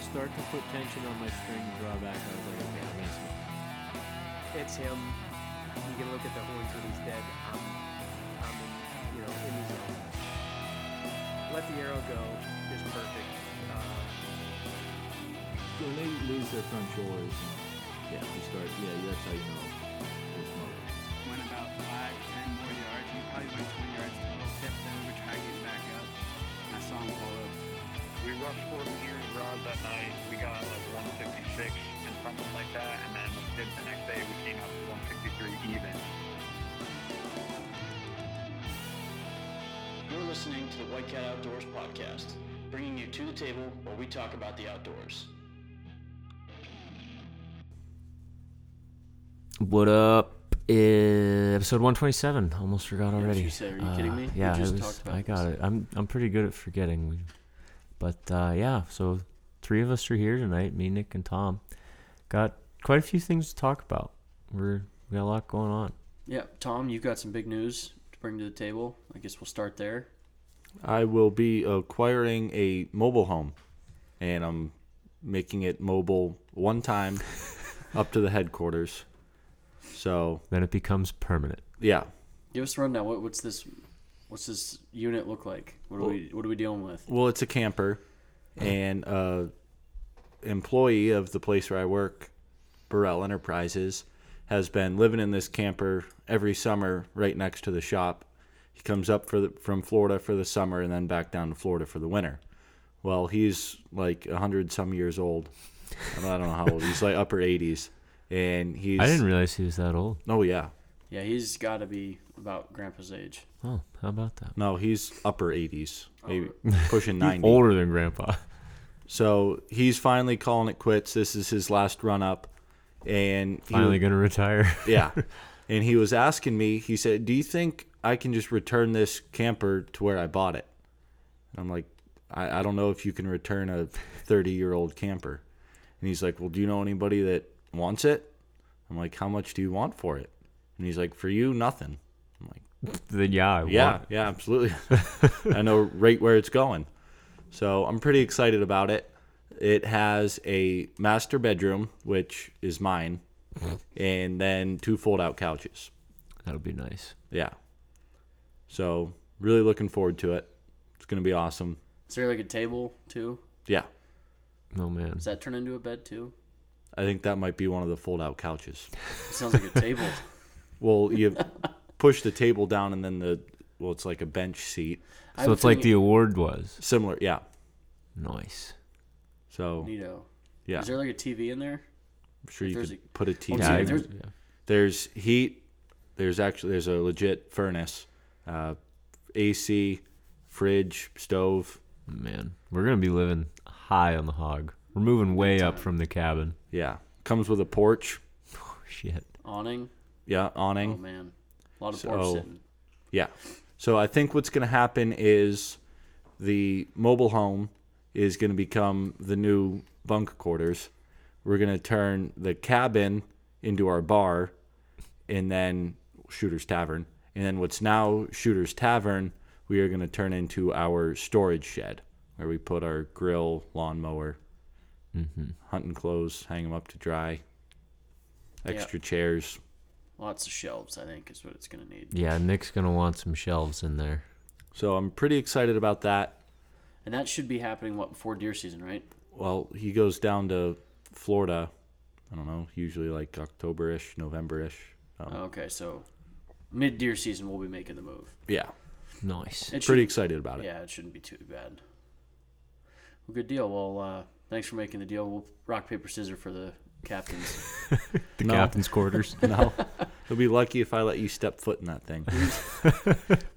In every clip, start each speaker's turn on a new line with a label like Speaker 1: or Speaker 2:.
Speaker 1: start to put tension on my string drawback, I was like, okay, I'm gonna smoke.
Speaker 2: It's him. You can look at the horns when he's dead. I'm, I'm in, you know, in the zone. Let the arrow go is perfect. Uh,
Speaker 3: When they lose their front shoulders, yeah, you start, yeah, that's how you know they're smoking.
Speaker 4: Went about five, ten more yards. He probably went 20 yards to the tip. Then we were trying to get back up. I saw him pull up.
Speaker 5: We rushed 40 years rounds that night. We got like 156 and something like that. And then did the next day, we came up to 163 even.
Speaker 6: You're listening to the White Cat Outdoors podcast, bringing you to the table where we talk about the outdoors.
Speaker 7: What up? Uh, episode 127. Almost forgot already. Uh,
Speaker 6: you said, are you kidding me? We
Speaker 7: Yeah,
Speaker 6: just
Speaker 7: it was-
Speaker 6: talked about
Speaker 7: I got
Speaker 6: this.
Speaker 7: it. I'm I'm pretty good at forgetting. We- But uh, yeah, so three of us are here tonight. Me, Nick, and Tom. Got quite a few things to talk about. We're we got a lot going on.
Speaker 6: Yeah, Tom, you've got some big news to bring to the table. I guess we'll start there.
Speaker 3: I will be acquiring a mobile home, and I'm making it mobile one time up to the headquarters. So
Speaker 7: Then it becomes permanent.
Speaker 3: yeah,
Speaker 6: Give us a rundown. What, what's this? What's this unit look like? What are we? What are we dealing with?
Speaker 3: Well, it's a camper,
Speaker 7: Mm-hmm.
Speaker 3: and uh, employee of the place where I work, Burrell Enterprises, has been living in this camper every summer right next to the shop. He comes up for the, from Florida for the summer and then back down to Florida for the winter. Well, he's like a hundred some years old. I don't know how old. He's like upper eighties, and he's
Speaker 7: I didn't realize he was that old.
Speaker 3: oh yeah,
Speaker 6: Yeah, he's got to be about Grandpa's age.
Speaker 7: Oh, how about that?
Speaker 3: no, he's upper eighties, maybe pushing ninety.
Speaker 7: Older than Grandpa.
Speaker 3: So he's finally calling it quits. This is his last run up, and he-
Speaker 7: Finally gonna retire.
Speaker 3: yeah. And he was asking me. He said, "Do you think I can just return this camper to where I bought it?" And I'm like, "I, I don't know if you can return a 30 year old camper." And he's like, "Well, do you know anybody that wants it?" I'm like, "How much do you want for it?" And he's like, "For you, nothing." I'm like.
Speaker 7: then yeah, I
Speaker 3: Yeah,
Speaker 7: want-
Speaker 3: yeah, absolutely. I know right where it's going. So I'm pretty excited about it. It has a master bedroom, which is mine, and then two fold out couches.
Speaker 7: that'll be nice.
Speaker 3: Yeah. So really looking forward to it. It's going to be awesome.
Speaker 6: Is there like a table too?
Speaker 3: Yeah.
Speaker 7: Oh man.
Speaker 6: Does that turn into a bed too?
Speaker 3: I think that might be one of the fold out couches.
Speaker 6: It sounds like a table.
Speaker 3: Well, you push the table down and then the, well, it's like a bench seat.
Speaker 6: I
Speaker 7: So
Speaker 6: would
Speaker 7: it's like the
Speaker 6: think
Speaker 7: award was.
Speaker 3: Similar. Yeah.
Speaker 7: Nice.
Speaker 3: So,
Speaker 6: Neato.
Speaker 3: yeah.
Speaker 6: Is there like a TV in there?
Speaker 3: I'm sure you
Speaker 6: there's
Speaker 3: could
Speaker 6: a- Oh,
Speaker 3: put a TV.
Speaker 6: Yeah,
Speaker 3: in
Speaker 6: if there's-
Speaker 7: yeah.
Speaker 3: there's heat there's actually there's a legit furnace uh, ac fridge stove
Speaker 7: Man, we're gonna be living high on the hog. We're moving way up from the cabin.
Speaker 3: yeah comes with a porch
Speaker 7: Shit.
Speaker 6: Awning.
Speaker 3: yeah awning
Speaker 6: Oh man, a lot of porch
Speaker 3: So-
Speaker 6: sitting.
Speaker 3: yeah so i think what's going to happen is the mobile home is going to become the new bunk quarters we're going to turn the cabin into our bar and then shooter's tavern and then what's now shooter's tavern we are going to turn into our storage shed where we put our grill lawnmower hunting clothes hang them up to dry extra chairs
Speaker 6: Lots of shelves, I think, is what it's gonna need.
Speaker 7: Yeah, Nick's gonna want some shelves in there.
Speaker 3: so i'm pretty excited about that
Speaker 6: And that should be happening what before deer season, right?
Speaker 3: Well, he goes down to Florida. I don't know, usually like October ish, November ish. Um,
Speaker 6: Okay, so mid deer season we'll be making the move.
Speaker 3: yeah,
Speaker 7: Nice.
Speaker 6: It
Speaker 3: pretty
Speaker 6: should,
Speaker 3: excited about it.
Speaker 6: Yeah, it shouldn't be too bad. Well, good deal. Well, uh, thanks for making the deal. We'll rock paper scissors for the captains.
Speaker 7: The
Speaker 3: No.
Speaker 7: captain's quarters.
Speaker 3: No, he'll be lucky if I let you step foot in that thing.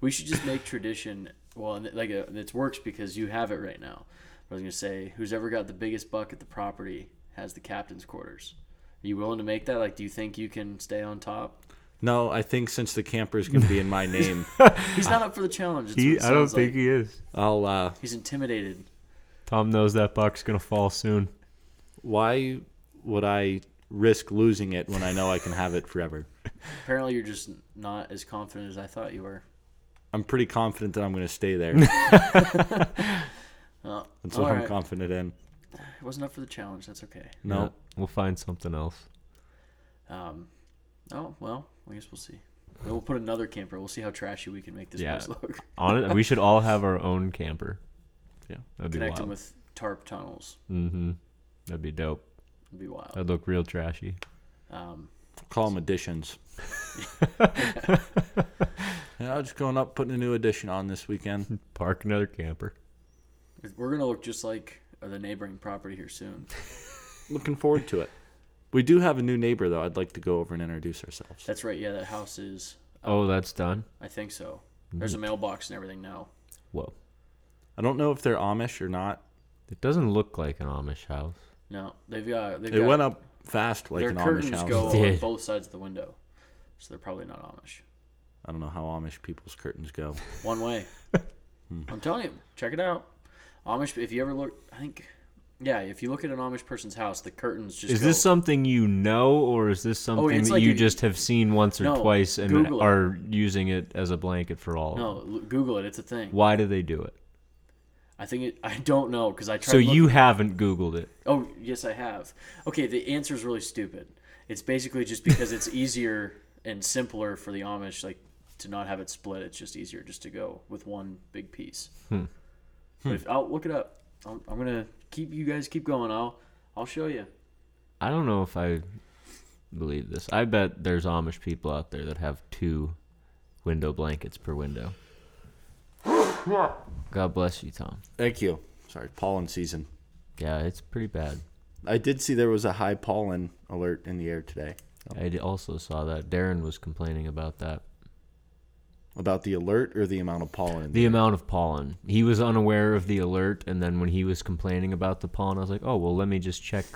Speaker 6: we should just make tradition. Well, and like uh, it works because you have it right now. I was gonna say, who's ever got the biggest buck at the property has the captain's quarters. Are you willing to make that? Like, do you think you can stay on top?
Speaker 3: No, I think since the camper's gonna be in my name,
Speaker 6: He's not up for the challenge. It's what
Speaker 7: he,
Speaker 6: it
Speaker 7: I don't
Speaker 6: sounds
Speaker 7: think
Speaker 6: like.
Speaker 7: he is.
Speaker 3: I'll. Uh,
Speaker 6: He's intimidated.
Speaker 7: Tom knows that buck's gonna fall soon.
Speaker 3: why would I risk losing it when I know I can have it forever?
Speaker 6: Apparently, you're just not as confident as I thought you were.
Speaker 3: I'm pretty confident that I'm gonna stay there.
Speaker 6: Oh,
Speaker 3: That's
Speaker 6: all
Speaker 3: what I'm
Speaker 6: right.
Speaker 3: confident in.
Speaker 6: It wasn't up for the challenge. That's okay.
Speaker 3: No.
Speaker 7: Yeah, we'll find something else.
Speaker 6: Um, oh well, I guess we'll see. Then We'll put another camper. We'll see how trashy we can make this
Speaker 7: Yeah.
Speaker 6: place look.
Speaker 7: On it, we should all have our own camper.
Speaker 3: Yeah.
Speaker 7: that'd be
Speaker 6: Connect
Speaker 7: wild.
Speaker 6: them with tarp tunnels.
Speaker 7: mm-hmm. That'd be dope.
Speaker 6: It'd be wild.
Speaker 7: That'd look real trashy.
Speaker 6: Um,
Speaker 3: Call them additions. yeah, I'm just going up, putting a new addition on this weekend.
Speaker 7: Park another camper.
Speaker 6: if- we're gonna look just like uh, the neighboring property here soon.
Speaker 3: Looking forward to it. We do have a new neighbor though. I'd like to go over and introduce ourselves.
Speaker 6: That's right. Yeah, that house is.
Speaker 7: Oh, that's done.
Speaker 6: I think so. There's a mailbox and everything now.
Speaker 7: Whoa,
Speaker 3: I don't know if they're Amish or not.
Speaker 7: it doesn't look like an Amish house.
Speaker 6: No, they've got. They've
Speaker 3: It
Speaker 6: got,
Speaker 3: went up fast like
Speaker 6: their
Speaker 3: an Amish
Speaker 6: curtains
Speaker 3: house.
Speaker 6: go
Speaker 7: Yeah.
Speaker 6: on both sides of the window, so they're probably not Amish.
Speaker 3: I don't know how Amish people's curtains go.
Speaker 6: One way. I'm telling you, check it out. Amish. If you ever look, I think, yeah, if you look at an Amish person's house, the curtains just
Speaker 7: Is
Speaker 6: go- Oh,
Speaker 7: this something you know, or is this something
Speaker 6: it's
Speaker 7: that
Speaker 6: like
Speaker 7: you
Speaker 6: you-
Speaker 7: just have seen once or
Speaker 6: No,
Speaker 7: twice and
Speaker 6: Google it.
Speaker 7: are using it as a blanket for all? of
Speaker 6: No,
Speaker 7: them?
Speaker 6: l- Google it. It's a thing.
Speaker 7: Why do they do it?
Speaker 6: I think it. I don't know because I tried.
Speaker 7: So
Speaker 6: to look-
Speaker 7: you haven't Googled it.
Speaker 6: Oh yes, I have. Okay, the answer is really stupid. It's basically just because it's easier and simpler for the Amish, like to not have it split. It's just easier just to go with one big piece.
Speaker 7: Hmm.
Speaker 6: But if, I'll look it up. I'm, I'm gonna keep you guys keep going. I'll I'll show you.
Speaker 7: I don't know if I believe this. I bet there's Amish people out there that have two window blankets per window. God bless you, Tom.
Speaker 3: Thank you. Sorry, pollen season.
Speaker 7: Yeah, it's pretty bad.
Speaker 3: I did see there was a high pollen alert in the air today
Speaker 7: I d- also saw that Darren was complaining about that.
Speaker 3: about the alert or the amount of pollen. in
Speaker 7: The amount of pollen. He was unaware of the alert, and then when he was complaining about the pollen, I was like, "Oh well, let me just check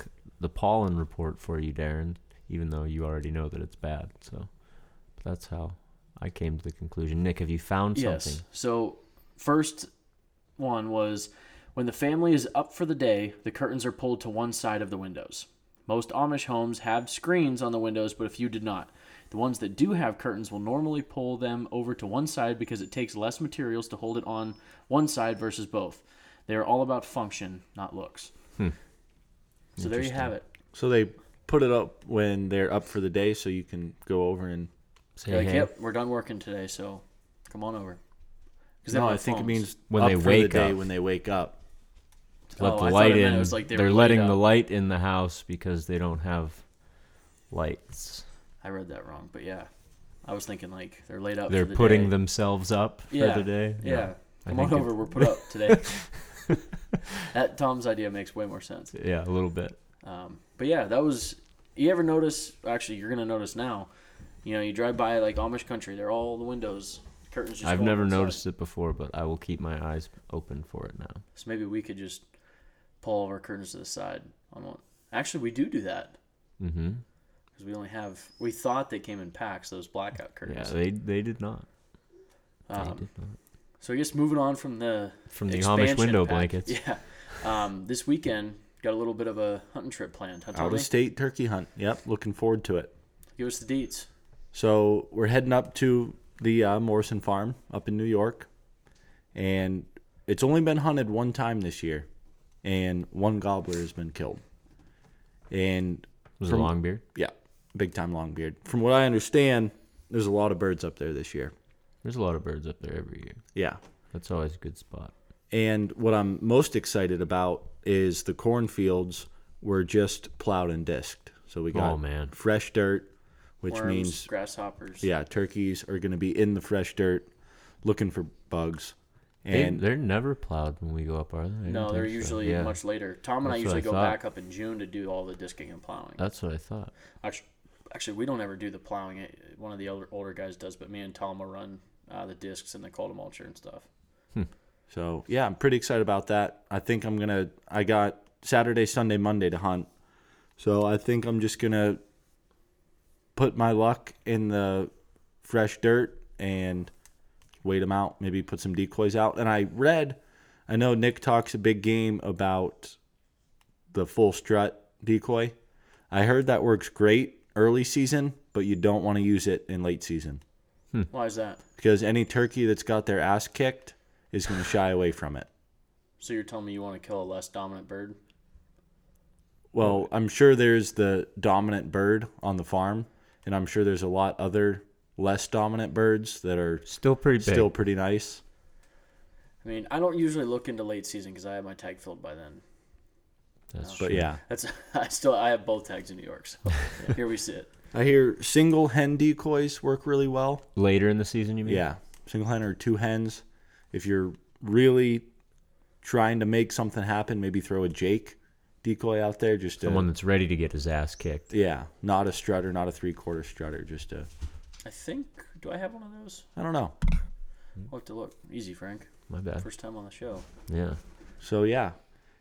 Speaker 7: the pollen report for you, Darren." Even though you already know that it's bad, so but that's how I came to the conclusion. Nick, have you found
Speaker 6: Yes.
Speaker 7: something?
Speaker 6: So first one was when the family is up for the day, the curtains are pulled to one side of the windows. Most Amish homes have screens on the windows, but a few did not. The ones that do have curtains will normally pull them over to one side because it takes less materials to hold it on one side versus both. They are all about function, not looks.
Speaker 7: Hmm.
Speaker 6: So there you have it.
Speaker 3: So they put it up when they're up for the day, so you can go over and.
Speaker 7: Say
Speaker 6: They're like,
Speaker 7: hey.
Speaker 6: yep, we're done working today, so come on over. 'Cause they
Speaker 3: No,
Speaker 6: don't
Speaker 3: I
Speaker 6: have
Speaker 3: think it
Speaker 6: phones.
Speaker 3: means
Speaker 7: When
Speaker 3: up
Speaker 7: they
Speaker 3: for
Speaker 7: wake
Speaker 3: the day
Speaker 7: up.
Speaker 3: when they wake up.
Speaker 7: let
Speaker 6: Oh,
Speaker 7: the
Speaker 6: I thought
Speaker 7: light
Speaker 6: it meant
Speaker 7: in.
Speaker 6: it was like they
Speaker 7: are
Speaker 6: were
Speaker 7: letting
Speaker 6: lit
Speaker 7: the
Speaker 6: up.
Speaker 7: light in the house because they don't have lights.
Speaker 6: I read that wrong, but yeah, I was thinking like they're laid out.
Speaker 7: They're
Speaker 6: for the
Speaker 7: putting
Speaker 6: day.
Speaker 7: themselves up
Speaker 6: yeah,
Speaker 7: for the day.
Speaker 6: Yeah,
Speaker 7: I
Speaker 6: come on
Speaker 7: think
Speaker 6: over.
Speaker 7: it-
Speaker 6: We're put up today. that Tom's idea makes way more sense.
Speaker 7: yeah, a little bit.
Speaker 6: Um, but yeah, that was. You ever notice? Actually, you're gonna notice now. You know, you drive by like Amish country. They're all the windows curtains. Just
Speaker 7: I've
Speaker 6: go on
Speaker 7: never
Speaker 6: one side.
Speaker 7: noticed it before, but I will keep my eyes open for it now.
Speaker 6: So maybe we could just pull all of our curtains to the side on one. Actually, we do do that
Speaker 7: Mm-hmm.
Speaker 6: because we only have. We thought they came in packs. Those blackout
Speaker 7: Yeah,
Speaker 6: curtains.
Speaker 7: they they did not. They
Speaker 6: um,
Speaker 7: did not.
Speaker 6: So I guess moving on from the
Speaker 7: From the Amish
Speaker 6: expansion
Speaker 7: window
Speaker 6: pack-
Speaker 7: blankets.
Speaker 6: Yeah. Um, this weekend got a little bit of a hunting trip planned. Huh,
Speaker 3: Out
Speaker 6: Tommy?
Speaker 3: of state turkey hunt. Yep, looking forward to it.
Speaker 6: Give us the deets.
Speaker 3: So we're heading up to the uh, Morrison Farm up in New York, and it's only been hunted one time this year, and one gobbler has been killed. And
Speaker 7: Was
Speaker 3: from-
Speaker 7: it long beard?
Speaker 3: yeah, big time longbeard. From what I understand, there's a lot of birds up there this year.
Speaker 7: There's a lot of birds up there every year.
Speaker 3: Yeah,
Speaker 7: That's always a good spot.
Speaker 3: And what I'm most excited about is the cornfields were just plowed and disked. So we got
Speaker 7: Oh, man.
Speaker 3: fresh dirt, which
Speaker 6: Worms,
Speaker 3: means
Speaker 6: grasshoppers.
Speaker 3: yeah, turkeys are going to be in the fresh dirt looking for bugs. And
Speaker 7: they, they're never plowed when we go up, are they? I
Speaker 6: No,
Speaker 7: don't
Speaker 6: they're
Speaker 7: think so.
Speaker 6: usually
Speaker 7: Yeah,
Speaker 6: much later. Tom and I
Speaker 7: That's what
Speaker 6: usually
Speaker 7: I
Speaker 6: go
Speaker 7: thought. Oh.
Speaker 6: back up in June to do all the disking and plowing.
Speaker 7: That's what I thought.
Speaker 6: Actually, actually, we don't ever do the plowing. It- One of the older, older guys does, but me and Tom will run uh, the discs and the cold mulcher and stuff.
Speaker 3: so yeah, I'm pretty excited about that. I think I'm going to I got Saturday, Sunday, Monday to hunt. So I think I'm just going to put my luck in the fresh dirt and wait them out. Maybe put some decoys out. And I read, I know Nick talks a big game about the full strut decoy. I heard that works great early season, but you don't want to use it in late season
Speaker 7: Hmm.
Speaker 6: Why is that?
Speaker 3: because any turkey that's got their ass kicked is going to shy away from it.
Speaker 6: So you're telling me you want to kill a less dominant bird?
Speaker 3: Well, I'm sure there's the dominant bird on the farm, and I'm sure there's a lot other less dominant birds that are
Speaker 7: Still pretty big.
Speaker 3: still pretty nice.
Speaker 6: I mean, I don't usually look into late season because I have my tag filled by then.
Speaker 7: That's
Speaker 3: But
Speaker 7: true.
Speaker 3: yeah,
Speaker 6: That's I still I have both tags in New York, so here we sit.
Speaker 3: I hear single hen decoys work really well.
Speaker 7: Later in the season, you mean?
Speaker 3: Yeah, single hen or two hens. If you're really trying to make something happen, maybe throw a Jake decoy out there. Just
Speaker 7: Someone
Speaker 3: a,
Speaker 7: that's ready to get his ass kicked.
Speaker 3: yeah, not a strutter, not a three quarter strutter. Just a
Speaker 6: I think do I have one of those?
Speaker 3: I don't know.
Speaker 6: I'll have to look. Easy, Frank.
Speaker 7: My bad.
Speaker 6: First time on the show.
Speaker 7: Yeah.
Speaker 3: So yeah,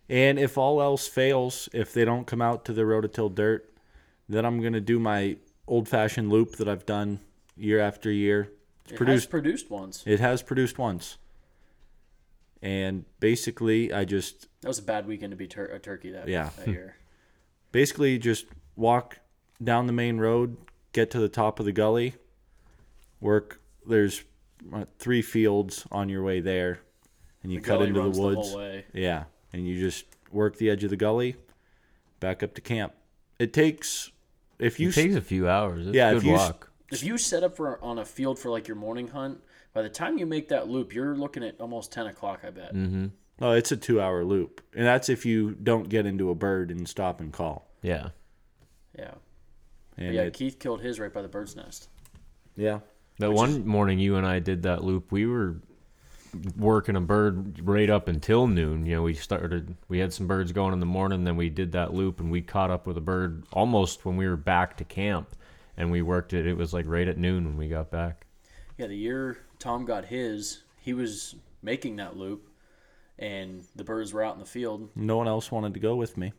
Speaker 3: and if all else fails, if they don't come out to the rototill dirt, then I'm gonna do my old fashioned loop that I've done year after year. It's
Speaker 6: It
Speaker 3: produced
Speaker 6: has produced once.
Speaker 3: It has produced once. And basically, I just
Speaker 6: That was a bad weekend to be tur- a turkey that,
Speaker 3: Yeah.
Speaker 6: that year.
Speaker 3: basically just walk down the main road, get to the top of the gully, work. There's uh, three fields on your way there, and you
Speaker 6: The
Speaker 3: cut
Speaker 6: gully
Speaker 3: into the
Speaker 6: runs the
Speaker 3: woods.
Speaker 6: whole way.
Speaker 3: Yeah, and you just work the edge of the gully, back up to camp. It takes if you
Speaker 7: It
Speaker 3: s-
Speaker 7: takes a few hours. It's
Speaker 3: Yeah,
Speaker 7: a
Speaker 3: if
Speaker 7: good
Speaker 3: you s-
Speaker 7: walk.
Speaker 6: If you set up for on a field for like your morning hunt, by the time you make that loop, you're looking at almost ten o'clock. I bet.
Speaker 3: Mm-hmm. no, Oh, it's a two-hour loop, and that's if you don't get into a bird and stop and call.
Speaker 7: Yeah.
Speaker 6: Yeah.
Speaker 3: And
Speaker 6: But yeah.
Speaker 3: it-
Speaker 6: Keith killed his right by the bird's nest.
Speaker 3: yeah,
Speaker 7: That one morning you and I did that loop, we were working a bird right up until noon. You know, we started, we had some birds going in the morning, then we did that loop and we caught up with a bird almost when we were back to camp and we worked it. It was like right at noon when we got back.
Speaker 6: Yeah, the year Tom got his, he was making that loop, and the birds were out in the field.
Speaker 3: no one else wanted to go with me.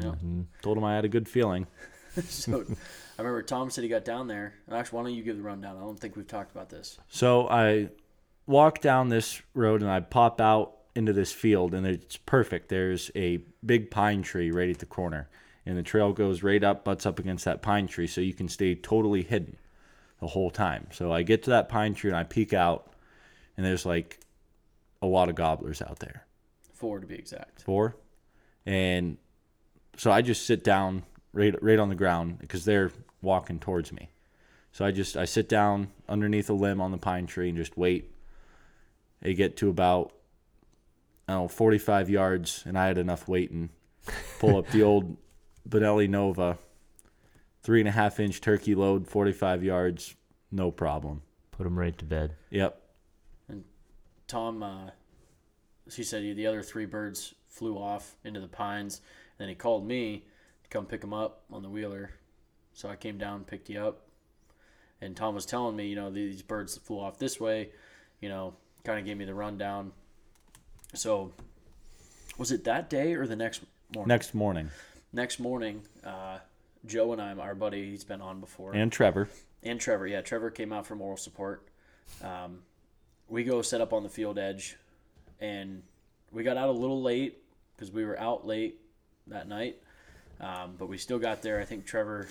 Speaker 6: Yeah.
Speaker 3: Told him I had a good feeling.
Speaker 6: So I remember Tom said he got down there. And actually, why don't you give the rundown? I don't think we've talked about this.
Speaker 3: So I walk down this road and I pop out into this field, and it's perfect. There's a big pine tree right at the corner, and the trail goes right up, butts up against that pine tree, so you can stay totally hidden the whole time. So I get to that pine tree and I peek out, and there's like a lot of gobblers out there
Speaker 6: Four to be exact.
Speaker 3: four, and so I just sit down right right on the ground because they're walking towards me. So I just I sit down underneath a limb on the pine tree and just wait. They get to about I don't know, 45 yards, and I had enough weight and pull up the old Benelli Nova, three and a half inch turkey load, 45 yards, no problem.
Speaker 7: Put him right to bed.
Speaker 3: Yep,
Speaker 6: Tom, uh, she said the other three birds flew off into the pines. And then he called me to come pick them up on the wheeler. So I came down, picked you up. And Tom was telling me, you know, these birds that flew off this way, you know, kind of gave me the rundown. So was it that day or the next morning?
Speaker 3: next morning,
Speaker 6: next morning, uh, Joe and I, our buddy, he's been on before, and,
Speaker 3: and Trevor.
Speaker 6: Trevor. Yeah, Trevor came out for moral support. Um, we go set up on the field edge, and we got out a little late because we were out late that night. Um, but we still got there. I think Trevor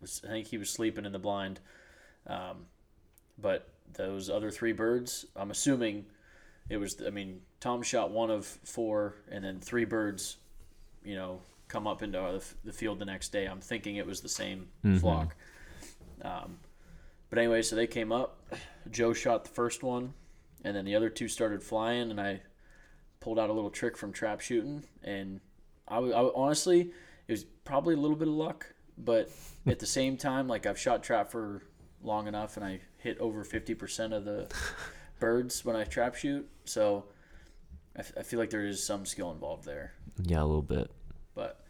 Speaker 6: was. I think he was sleeping in the blind. Um, but those other three birds, I'm assuming it was. I mean, Tom shot one of four, and then three birds you know, come up into the, f- the field the next day. I'm thinking it was the same flock. Um, but anyway, so they came up. Joe shot the first one, and then the other two started flying, and I pulled out a little trick from trap shooting. And I, wa- I wa- honestly, it was probably a little bit of luck, but at the same time, like I've shot trap for long enough, and I hit over 50% of the birds when I trap shoot. So I, f- I feel like there is some skill involved there.
Speaker 7: Yeah, a little bit.
Speaker 6: But,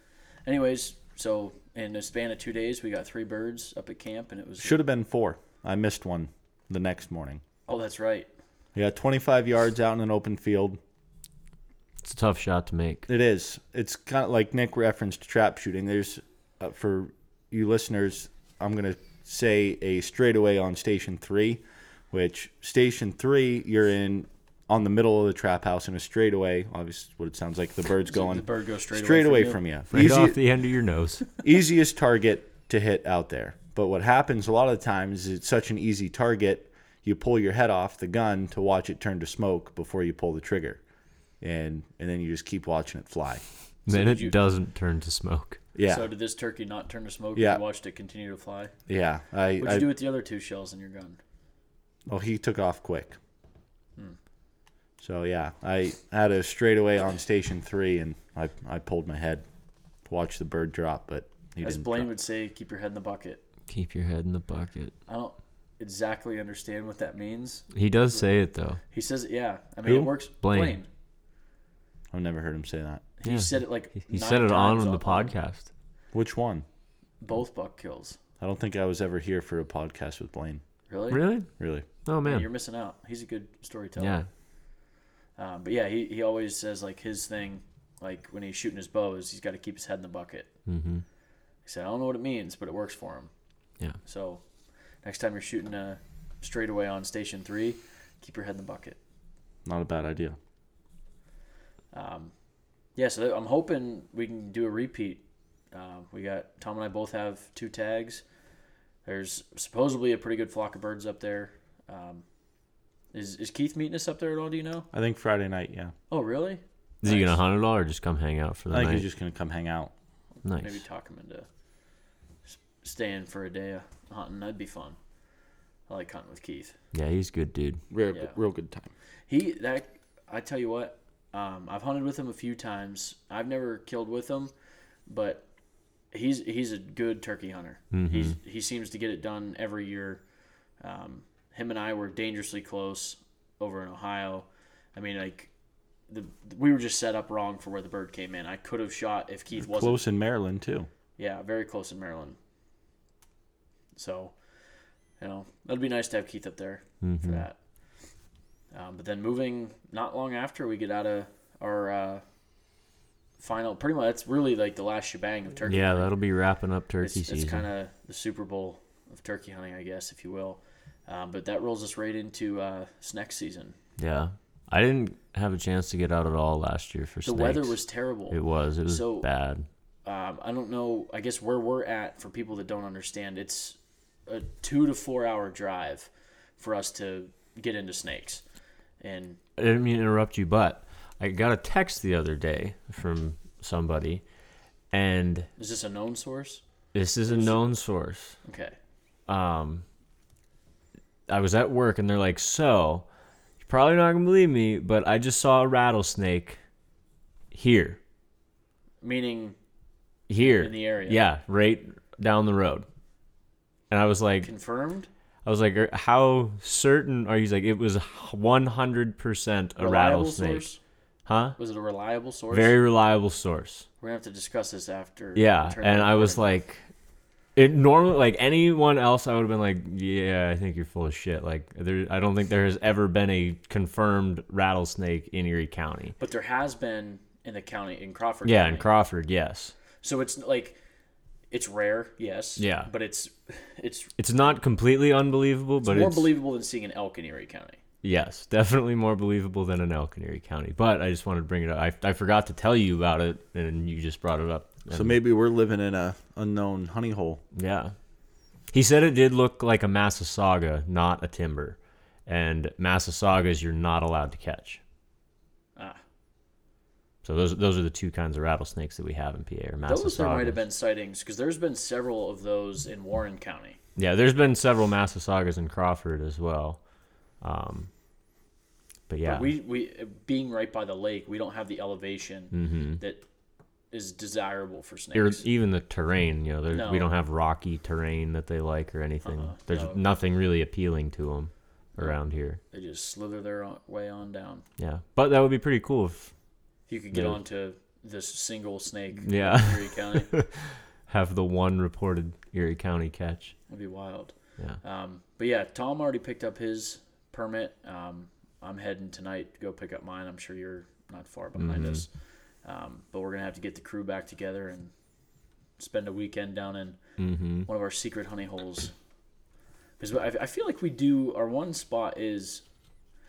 Speaker 6: anyways, so in the span of two days, we got three birds up at camp, and it was
Speaker 3: Should have been four. I missed one the next morning.
Speaker 6: oh, that's right.
Speaker 3: Yeah, 25 yards out in an open field.
Speaker 7: It's a tough shot to make.
Speaker 3: It is. It's kind of like Nick referenced trap shooting. There's, uh, for you listeners, I'm going to say a straightaway on station three, which station three, you're in on the middle of the trap house in a straightaway. Obviously, what it sounds like the bird's going.
Speaker 6: the bird goes straight,
Speaker 3: straight
Speaker 6: away,
Speaker 3: away from you.
Speaker 7: Right
Speaker 3: Easy-
Speaker 7: off the end of your nose.
Speaker 3: easiest target to hit out there. But what happens a lot of times is it's such an easy target, you pull your head off the gun to watch it turn to smoke before you pull the trigger. And and then you just keep watching it fly.
Speaker 6: So
Speaker 7: then
Speaker 6: did
Speaker 7: it
Speaker 6: you-
Speaker 7: doesn't turn to smoke.
Speaker 3: Yeah,
Speaker 6: So did this turkey not turn to smoke?
Speaker 3: Yeah.
Speaker 6: You watched it continue to fly.
Speaker 3: yeah. I,
Speaker 6: What'd
Speaker 3: I
Speaker 6: you do with the other two shells in your gun?
Speaker 3: well, he took off quick.
Speaker 6: Hmm.
Speaker 3: So yeah, I had a straightaway on station three, and I I pulled my head to watch the bird drop, but he
Speaker 6: As
Speaker 3: didn't.
Speaker 6: Blaine
Speaker 3: drop.
Speaker 6: would say, keep your head in the bucket.
Speaker 7: Keep your head in the bucket.
Speaker 6: I don't exactly understand what that means.
Speaker 7: He does say it though.
Speaker 6: He says, yeah. I mean, it
Speaker 3: Who?
Speaker 6: works.
Speaker 7: Blaine.
Speaker 3: I've never heard him say that.
Speaker 6: He
Speaker 7: Yeah.
Speaker 6: said it like
Speaker 7: He, he
Speaker 6: nine
Speaker 7: said it on
Speaker 6: times
Speaker 7: on the podcast.
Speaker 3: Which one?
Speaker 6: Both buck kills.
Speaker 3: I don't think I was ever here for a podcast with Blaine.
Speaker 6: Really?
Speaker 7: Really?
Speaker 3: Really?
Speaker 7: Oh
Speaker 6: Man,
Speaker 7: man.
Speaker 6: You're missing out. He's a good storyteller.
Speaker 7: Yeah.
Speaker 6: Um, but yeah, he, he always says like his thing, like when he's shooting his bow is he's got to keep his head in the bucket.
Speaker 7: Mm-hmm.
Speaker 6: He said, I don't know what it means, but it works for him.
Speaker 7: Yeah.
Speaker 6: So next time you're shooting a straightaway on station three, keep your head in the bucket.
Speaker 3: Not a bad idea.
Speaker 6: Um, yeah, so that- I'm hoping we can do a repeat. Um, we got Tom and I both have two tags. There's supposedly a pretty good flock of birds up there. Um, is is Keith meeting us up there at all? Do you know?
Speaker 3: I think Friday night, yeah.
Speaker 6: Oh, really?
Speaker 7: Is he gonna
Speaker 6: Nice.
Speaker 7: hunt at all or just come hang out for the
Speaker 3: I think
Speaker 7: night?
Speaker 3: he's just gonna come hang out.
Speaker 7: nice.
Speaker 6: Maybe talk him into s- staying for a day of hunting. That'd be fun. I like hunting with Keith.
Speaker 7: Yeah, he's a good dude.
Speaker 3: Real,
Speaker 6: Yeah.
Speaker 3: real good time.
Speaker 6: He that I tell you what, um, I've hunted with him a few times. I've never killed with him, but he's he's a good turkey hunter.
Speaker 3: Mm-hmm.
Speaker 6: He's he seems to get it done every year. Um, him and I were dangerously close over in Ohio. I mean, like the we were just set up wrong for where the bird came in. I could have shot if Keith wasn't
Speaker 3: Close in Maryland too.
Speaker 6: yeah, very close in Maryland. So, you know, that'd be nice to have Keith up there for
Speaker 7: Mm-hmm.
Speaker 6: that. Um, but then moving not long after we get out of our uh, final, pretty much that's really like the last shebang of turkey.
Speaker 7: Yeah,
Speaker 6: hunting.
Speaker 7: that'll be wrapping up turkey
Speaker 6: it's,
Speaker 7: season.
Speaker 6: it's kind of the Super Bowl of turkey hunting, I guess, if you will. Um, but that rolls us right into uh, snack season.
Speaker 7: Yeah, I didn't have a chance to get out at all last year for
Speaker 6: The
Speaker 7: snakes.
Speaker 6: weather was terrible.
Speaker 7: It was. It was
Speaker 6: So-
Speaker 7: bad.
Speaker 6: um, I don't know. I guess where we're at for people that don't understand, it's a two to four hour drive for us to get into snakes, and
Speaker 7: I didn't mean to interrupt you, but I got a text the other day from somebody, and
Speaker 6: is this a known source?
Speaker 7: this is a known source.
Speaker 6: Okay,
Speaker 7: Um, I was at work, and they're like, "So, you're probably not gonna believe me, but I just saw a rattlesnake here,
Speaker 6: meaning
Speaker 7: here
Speaker 6: In the area.
Speaker 7: Yeah, right down the road." And I was like,
Speaker 6: confirmed.
Speaker 7: I was like, "Are- "How certain are you?" He's like, "It was 100 percent a rattlesnake,
Speaker 6: source?
Speaker 7: huh?"
Speaker 6: Was it a reliable source?
Speaker 7: Very reliable source.
Speaker 6: We're gonna have to discuss this after.
Speaker 7: Yeah,
Speaker 6: we turn
Speaker 7: and
Speaker 6: the
Speaker 7: I was
Speaker 6: recording
Speaker 7: like, it normally like anyone else, I would have been like, "Yeah, I think you're full of shit." Like, there, I don't think there has ever been a confirmed rattlesnake in Erie County.
Speaker 6: off. but there has been in the county in Crawford.
Speaker 7: Yeah,
Speaker 6: County.
Speaker 7: in Crawford, yes,
Speaker 6: so it's like it's rare, yes.
Speaker 7: Yeah.
Speaker 6: but it's it's,
Speaker 7: it's not completely unbelievable, but
Speaker 6: more
Speaker 7: it's
Speaker 6: believable than seeing an elk in Erie County.
Speaker 7: Yes, definitely more believable than an elk in Erie County. But I just wanted to bring it up. I, I forgot to tell you about it, and you just brought it up.
Speaker 3: So maybe we're living in a unknown honey hole.
Speaker 7: Yeah. He said it did look like a Massasauga, not a timber. And Massasaugas you're not allowed to catch.
Speaker 6: Ah.
Speaker 7: So those those are the two kinds of rattlesnakes that we have in PA or Massasaugas.
Speaker 6: Those there might have been sightings because there's been several of those in Warren County.
Speaker 7: Yeah, there's been several Massasaugas in Crawford as well. Um, but yeah,
Speaker 6: But we we being right by the lake, we don't have the elevation
Speaker 7: Mm.
Speaker 6: that is desirable for
Speaker 7: Or
Speaker 6: snakes.
Speaker 7: Mm-hmm. even the terrain, you know, there
Speaker 6: No.
Speaker 7: we don't have rocky terrain that they like or anything.
Speaker 6: Uh-uh,
Speaker 7: There's
Speaker 6: no.
Speaker 7: nothing really appealing to them around here.
Speaker 6: they just slither their o- way on down.
Speaker 7: Yeah, but that would be pretty cool if
Speaker 6: If you could get
Speaker 7: Yeah.
Speaker 6: onto this single snake
Speaker 7: Yeah.
Speaker 6: in Erie County, that'd
Speaker 7: have the one reported Erie County catch.
Speaker 6: be wild.
Speaker 7: Yeah.
Speaker 6: Um, but yeah, Tom already picked up his permit. Um, I'm heading tonight to go pick up mine. I'm sure you're not far behind
Speaker 7: Mm-hmm.
Speaker 6: us. Um, but we're gonna have to get the crew back together and spend a weekend down in
Speaker 7: Mm-hmm.
Speaker 6: one of our secret honey holes. Because I, I feel like we do our one spot is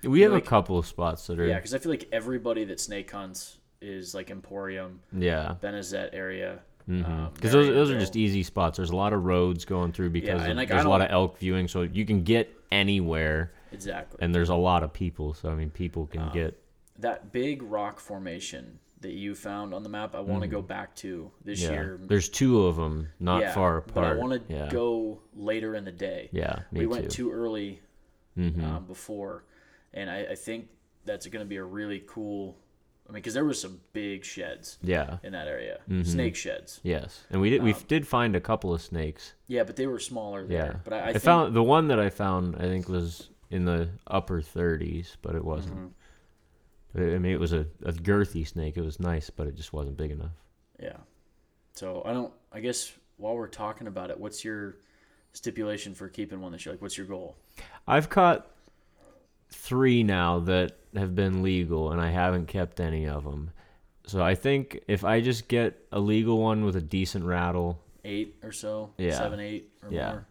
Speaker 7: We have
Speaker 6: like-
Speaker 7: a couple of spots that are
Speaker 6: yeah.
Speaker 7: yeah,
Speaker 6: Because I feel like everybody that snake hunts is like Emporium,
Speaker 7: yeah.
Speaker 6: Benazet area. Uh, um,
Speaker 7: Because Mm-hmm. those, those are just easy spots. There's a lot of roads going through because
Speaker 6: and,
Speaker 7: of-
Speaker 6: like, I
Speaker 7: there's a lot
Speaker 6: don't-
Speaker 7: of elk viewing, so you can get anywhere,
Speaker 6: exactly. Uh,
Speaker 7: and there's a lot of people. So I mean, people can get
Speaker 6: that big rock formation that you found on the map, I want to go back to this
Speaker 7: Hmm. yeah.
Speaker 6: year.
Speaker 7: There's two of them, not
Speaker 6: Yeah,
Speaker 7: far
Speaker 6: But I
Speaker 7: apart.
Speaker 6: want to
Speaker 7: yeah.
Speaker 6: go later in the day.
Speaker 7: Yeah, me
Speaker 6: we went
Speaker 7: too. Mm-hmm.
Speaker 6: too early um, before, and I, I think that's going to be a really cool. I mean, because there were some big sheds
Speaker 7: Yeah.
Speaker 6: in that area,
Speaker 7: Mm-hmm.
Speaker 6: snake sheds.
Speaker 7: Yes, and we did. we did find a couple of snakes.
Speaker 6: Yeah, but they were smaller um, there.
Speaker 7: Yeah,
Speaker 6: but I, I,
Speaker 7: I,
Speaker 6: think,
Speaker 7: found the one that I found. I think was in the upper 30s, but it wasn't.
Speaker 6: Mm-hmm.
Speaker 7: But it- I mean, it was a, a girthy snake. It was nice, but it just wasn't big enough.
Speaker 6: Yeah. So I don't. I guess while we're talking about it, what's your stipulation for keeping one this year? Like, what's your goal?
Speaker 7: I've caught three now that have been legal, and I haven't kept any of them. So I think if I just get a legal one with a decent rattle,
Speaker 6: Eight or so.
Speaker 7: Yeah.
Speaker 6: Seven, eight or
Speaker 7: Yeah.
Speaker 6: more.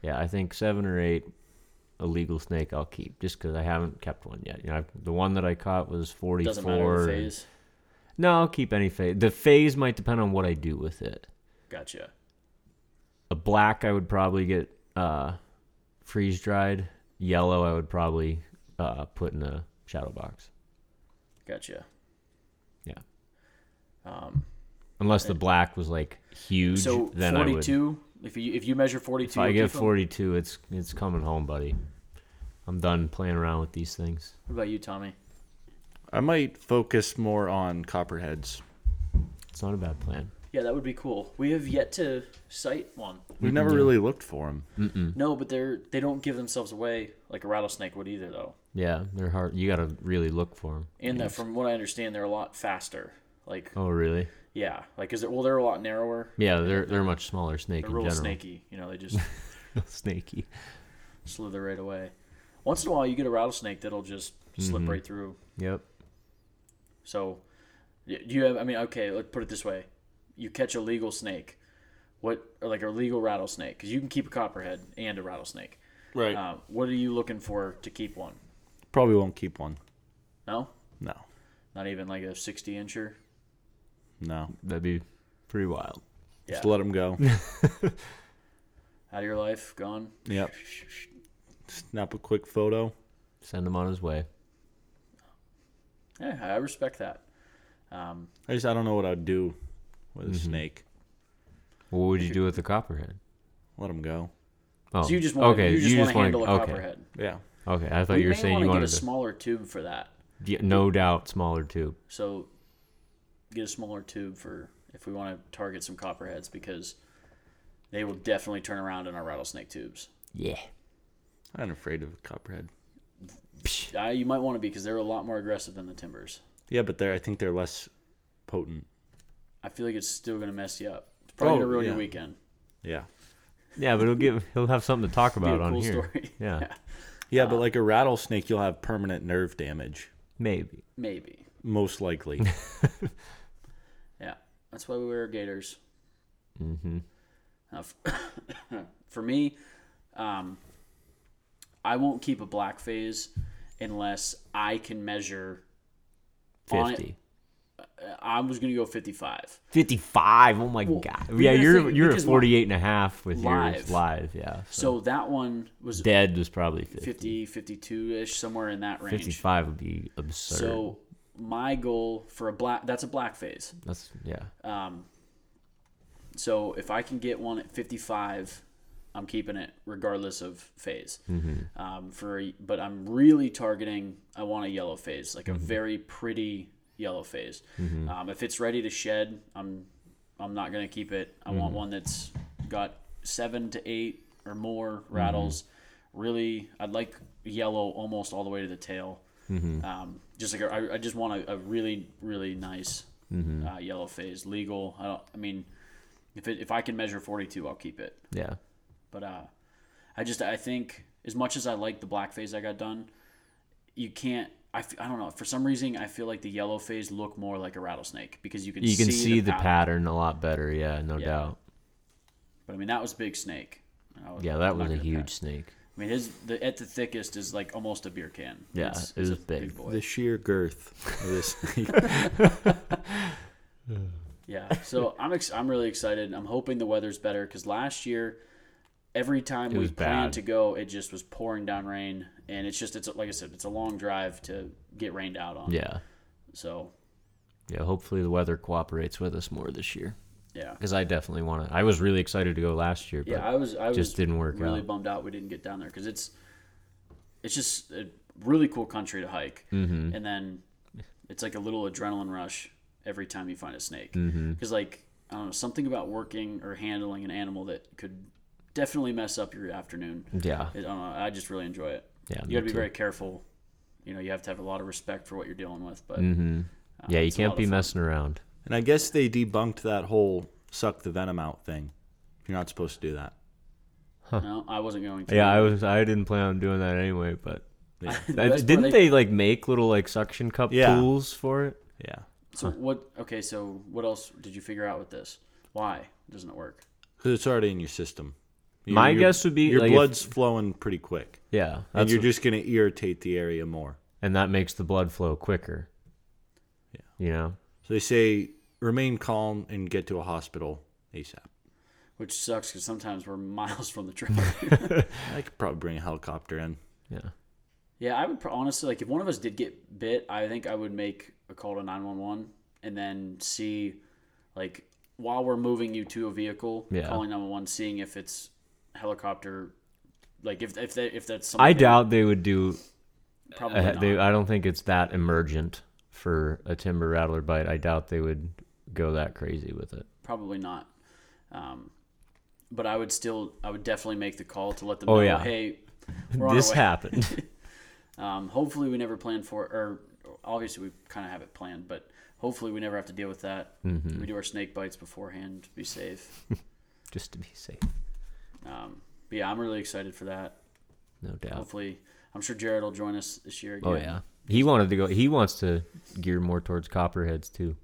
Speaker 7: yeah, I think seven or eight illegal snake I'll keep just because I haven't kept one yet. You know, I've, the one that I caught was forty
Speaker 6: Doesn't matter the
Speaker 7: four.
Speaker 6: phase.
Speaker 7: No, I'll keep any phase. The phase might depend on what I do with it.
Speaker 6: Gotcha.
Speaker 7: A black, I would probably get uh, freeze dried. Yellow, I would probably uh, put in a shadow box.
Speaker 6: Gotcha.
Speaker 7: Yeah.
Speaker 6: Um,
Speaker 7: Unless the black was like huge,
Speaker 6: so
Speaker 7: then I would.
Speaker 6: 42. If you if you measure 42,
Speaker 7: If I
Speaker 6: you'll
Speaker 7: get
Speaker 6: keep 'em?
Speaker 7: 42, it's it's coming home, buddy. I'm done playing around with these things.
Speaker 6: What about you, Tommy?
Speaker 3: I might focus more on copperheads.
Speaker 7: It's not a bad plan.
Speaker 6: Yeah, that would be cool. We have yet to sight one.
Speaker 7: Mm-hmm.
Speaker 3: We've never really looked for them.
Speaker 7: Hmm.
Speaker 6: No, but they're they don't give themselves away like a rattlesnake would either, though.
Speaker 7: Yeah, they're hard. You gotta really look for them.
Speaker 6: And that, from what I understand, they're a lot faster. Like
Speaker 7: Oh, really?
Speaker 6: yeah, like because they're well, they're a lot narrower.
Speaker 7: Yeah, they're they're a much smaller snake
Speaker 6: They're
Speaker 7: in
Speaker 6: real
Speaker 7: general.
Speaker 6: snaky. You know, they just
Speaker 7: Snaky.
Speaker 6: slither right away. Once in a while, you get a rattlesnake that'll just
Speaker 7: Mm-hmm.
Speaker 6: slip right through.
Speaker 7: Yep.
Speaker 6: So, y- do you have? I mean, okay, let's put it this way: you catch a legal snake, what or like a legal rattlesnake, because you can keep a copperhead and a rattlesnake.
Speaker 3: Right.
Speaker 6: Uh, what are you looking for to keep one?
Speaker 3: Probably won't keep one.
Speaker 6: No,
Speaker 3: No.
Speaker 6: not even like a sixty incher.
Speaker 3: No.
Speaker 7: That'd be pretty wild.
Speaker 3: Just
Speaker 6: Yeah.
Speaker 3: let them go.
Speaker 6: Out of your life, gone.
Speaker 3: yep. Snap a quick photo.
Speaker 7: Send him on his way.
Speaker 6: Yeah, I respect that. Um,
Speaker 3: I just I don't know what I'd do with a
Speaker 7: Mm-hmm.
Speaker 3: snake.
Speaker 7: What would you do with the copperhead?
Speaker 3: Let them go.
Speaker 7: Oh,
Speaker 6: so you just want you just, want to
Speaker 7: wanna-
Speaker 6: handle a
Speaker 7: okay.
Speaker 6: copperhead.
Speaker 3: Yeah.
Speaker 7: Okay, I thought
Speaker 6: We
Speaker 7: you were
Speaker 6: may
Speaker 7: saying
Speaker 6: wanna
Speaker 7: you
Speaker 6: get a
Speaker 7: wanted to.
Speaker 6: smaller tube for that.
Speaker 7: Yeah, no doubt, smaller tube.
Speaker 6: So get a smaller tube for if we want to target some copperheads because they will definitely turn around in our rattlesnake tubes.
Speaker 7: Yeah.
Speaker 3: I'm not afraid of a copperhead.
Speaker 6: Uh, you might want to be because they're a lot more aggressive than the timbers.
Speaker 3: Yeah, but they're I think they're less potent.
Speaker 6: I feel like it's still going to mess you up. It's probably going
Speaker 3: Oh,
Speaker 6: to ruin
Speaker 3: yeah.
Speaker 6: your weekend.
Speaker 3: Yeah.
Speaker 7: Yeah, but he'll give he'll have something to talk about
Speaker 6: a
Speaker 7: on
Speaker 6: cool
Speaker 7: here.
Speaker 6: story.
Speaker 7: Yeah,
Speaker 3: Yeah, but like a rattlesnake, you'll have permanent nerve damage,
Speaker 7: maybe.
Speaker 6: Maybe.
Speaker 3: most likely.
Speaker 6: Yeah. That's why we wear gaiters. Mm-hmm. for me, um, I won't keep a black phase unless I can measure. on it-
Speaker 7: 50.
Speaker 6: I was going to go 55.
Speaker 7: 55. Oh my god. Yeah,
Speaker 6: here's the
Speaker 7: you're
Speaker 6: thing,
Speaker 7: you're at
Speaker 6: because
Speaker 7: 48 and a half with
Speaker 6: Live.
Speaker 7: yours live. Yeah. So
Speaker 6: So that one was
Speaker 7: dead was probably 50.
Speaker 6: 50, 52 ish, somewhere in that range.
Speaker 7: 55 would be absurd.
Speaker 6: So my goal for a black, that's a black phase.
Speaker 7: that's yeah.
Speaker 6: Um, so if I can get one at 55, I'm keeping it regardless of phase. Um, for a- but I'm really targeting. I want a yellow phase, like a very pretty yellow phase. Um, if it's ready to shed, I'm I'm not gonna keep it. I want one that's got seven to eight or more rattles. Really, I'd like yellow almost all the way to the tail. Um, just like a, I, I just want a, a really really nice uh, yellow phase legal. I don't. I mean, if it, if I can measure 42, I'll keep it.
Speaker 7: Yeah.
Speaker 6: But uh, I just I think as much as I like the black phase I got done, you can't. I, f- I don't know. For some reason, I feel like the yellow phase look more like a rattlesnake because you can
Speaker 7: You can see, the,
Speaker 6: pattern.
Speaker 7: pattern a lot better. Yeah, no
Speaker 6: Yeah.
Speaker 7: doubt.
Speaker 6: But I mean, that was a big snake. I was-
Speaker 7: Yeah, that
Speaker 6: I'm
Speaker 7: was
Speaker 6: not
Speaker 7: a
Speaker 6: gonna
Speaker 7: huge
Speaker 6: pat-
Speaker 7: snake.
Speaker 6: I mean, his the at the thickest is like almost a beer can.
Speaker 7: Yeah, it was
Speaker 6: a
Speaker 7: big.
Speaker 6: boy.
Speaker 3: the sheer girth of this snake.
Speaker 6: Yeah, so I'm ex- I'm really excited. I'm hoping the weather's better because last year, every time we
Speaker 7: was
Speaker 6: planned
Speaker 7: bad.
Speaker 6: to go, it just was pouring down rain, and it's just it's like I said, it's a long drive to get rained out on.
Speaker 7: Yeah.
Speaker 6: So
Speaker 7: Yeah, hopefully the weather cooperates with us more this year
Speaker 6: Yeah.
Speaker 7: because I definitely want to. I was really excited to go last year, but
Speaker 6: Yeah, I was I
Speaker 7: just
Speaker 6: was
Speaker 7: didn't work
Speaker 6: really
Speaker 7: out.
Speaker 6: bummed out we didn't get down there because it's it's just a really cool country to hike, mm-hmm. and then it's like a little adrenaline rush every time you find a snake because
Speaker 7: Mm-hmm.
Speaker 6: like I don't know something about working or handling an animal that could definitely mess up your afternoon.
Speaker 7: yeah,
Speaker 6: I don't know. uh, I just really enjoy it.
Speaker 7: Yeah,
Speaker 6: you
Speaker 7: me
Speaker 6: got to be
Speaker 7: too.
Speaker 6: very careful. You know, you have to have a lot of respect for what you're dealing with, but uh,
Speaker 7: Mm, mm-hmm. yeah, you
Speaker 6: it's a lot
Speaker 7: can't
Speaker 6: of
Speaker 7: be
Speaker 6: fun.
Speaker 7: messing around.
Speaker 3: And I guess they debunked that whole suck the venom out thing. You're not supposed to do that.
Speaker 6: No, I wasn't going. to.
Speaker 7: Yeah, I was. I didn't plan on doing that anyway, but
Speaker 6: The
Speaker 7: I-
Speaker 6: best part,
Speaker 7: didn't they like make little like suction cup
Speaker 3: Yeah.
Speaker 7: tools for it?
Speaker 3: Yeah.
Speaker 6: So what? Okay, so what else did you figure out with this? Why doesn't it work?
Speaker 3: Because it's already in your system. Your-
Speaker 7: My
Speaker 3: your-
Speaker 7: guess would be,
Speaker 3: your
Speaker 7: like, if-
Speaker 3: blood's flowing pretty quick,
Speaker 7: Yeah,
Speaker 3: and
Speaker 7: that's
Speaker 3: you're
Speaker 7: what-
Speaker 3: just going to irritate the area more.
Speaker 7: and that makes the blood flow quicker. Yeah, you know.
Speaker 3: So they say remain calm and get to a hospital ASAP.
Speaker 6: Which sucks because sometimes we're miles from the truck.
Speaker 3: I could probably bring a helicopter in.
Speaker 7: Yeah,
Speaker 6: yeah, I would pro- honestly like if one of us did get bit, I think I would make a call to nine one one and then see, like, while we're moving you to a vehicle,
Speaker 7: Yeah.
Speaker 6: calling nine one one, seeing if it's helicopter. Like if if they, if that's something
Speaker 7: I
Speaker 6: they-
Speaker 7: doubt they would do.
Speaker 6: probably
Speaker 7: I,
Speaker 6: not.
Speaker 7: they, uh, I don't think it's that emergent for a timber rattler bite. I doubt they would go that crazy with it.
Speaker 6: probably not. Um, but I would still I would definitely make the call to let them
Speaker 7: Oh,
Speaker 6: know
Speaker 7: yeah.
Speaker 6: hey. We're on
Speaker 7: this
Speaker 6: our way.
Speaker 7: happened.
Speaker 6: Um, hopefully, we never plan for, or obviously we kind of have it planned, but hopefully we never have to deal with that.
Speaker 7: Mm-hmm.
Speaker 6: We do our snake bites beforehand to be safe.
Speaker 7: just to be safe.
Speaker 6: Um, but yeah, I'm really excited for that.
Speaker 7: No doubt.
Speaker 6: Hopefully, I'm sure Jared will join us this year again.
Speaker 7: Oh yeah. He wanted to go. He wants to gear more towards copperheads too.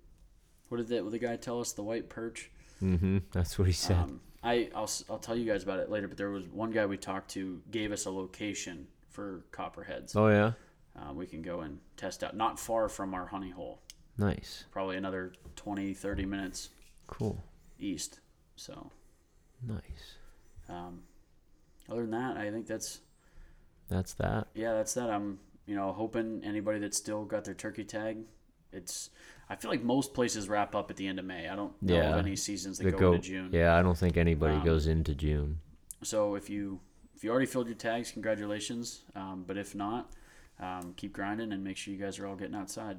Speaker 6: What did the, what the guy tell us? The white perch.
Speaker 7: Mm-hmm. That's what he said.
Speaker 6: Um, I I'll s- I'll tell you guys about it later. But there was one guy we talked to gave us a location for copperheads.
Speaker 7: oh yeah.
Speaker 6: Uh, we can go and test out not far from our honey hole,
Speaker 7: Nice.
Speaker 6: probably another 20, 30 minutes
Speaker 7: Cool.
Speaker 6: east. So
Speaker 7: Nice.
Speaker 6: um, other than that, I think that's
Speaker 7: That's that.
Speaker 6: yeah, that's that. I'm you know hoping anybody that's still got their turkey tag, it's I feel like most places wrap up at the end of May. I don't know
Speaker 7: Yeah.
Speaker 6: of any seasons that,
Speaker 7: The
Speaker 6: go,
Speaker 7: go-
Speaker 6: into June.
Speaker 7: Yeah, I don't think anybody
Speaker 6: Um,
Speaker 7: goes into June.
Speaker 6: So if you if you already filled your tags, congratulations. Um, but if not, um, keep grinding and make sure you guys are all getting outside.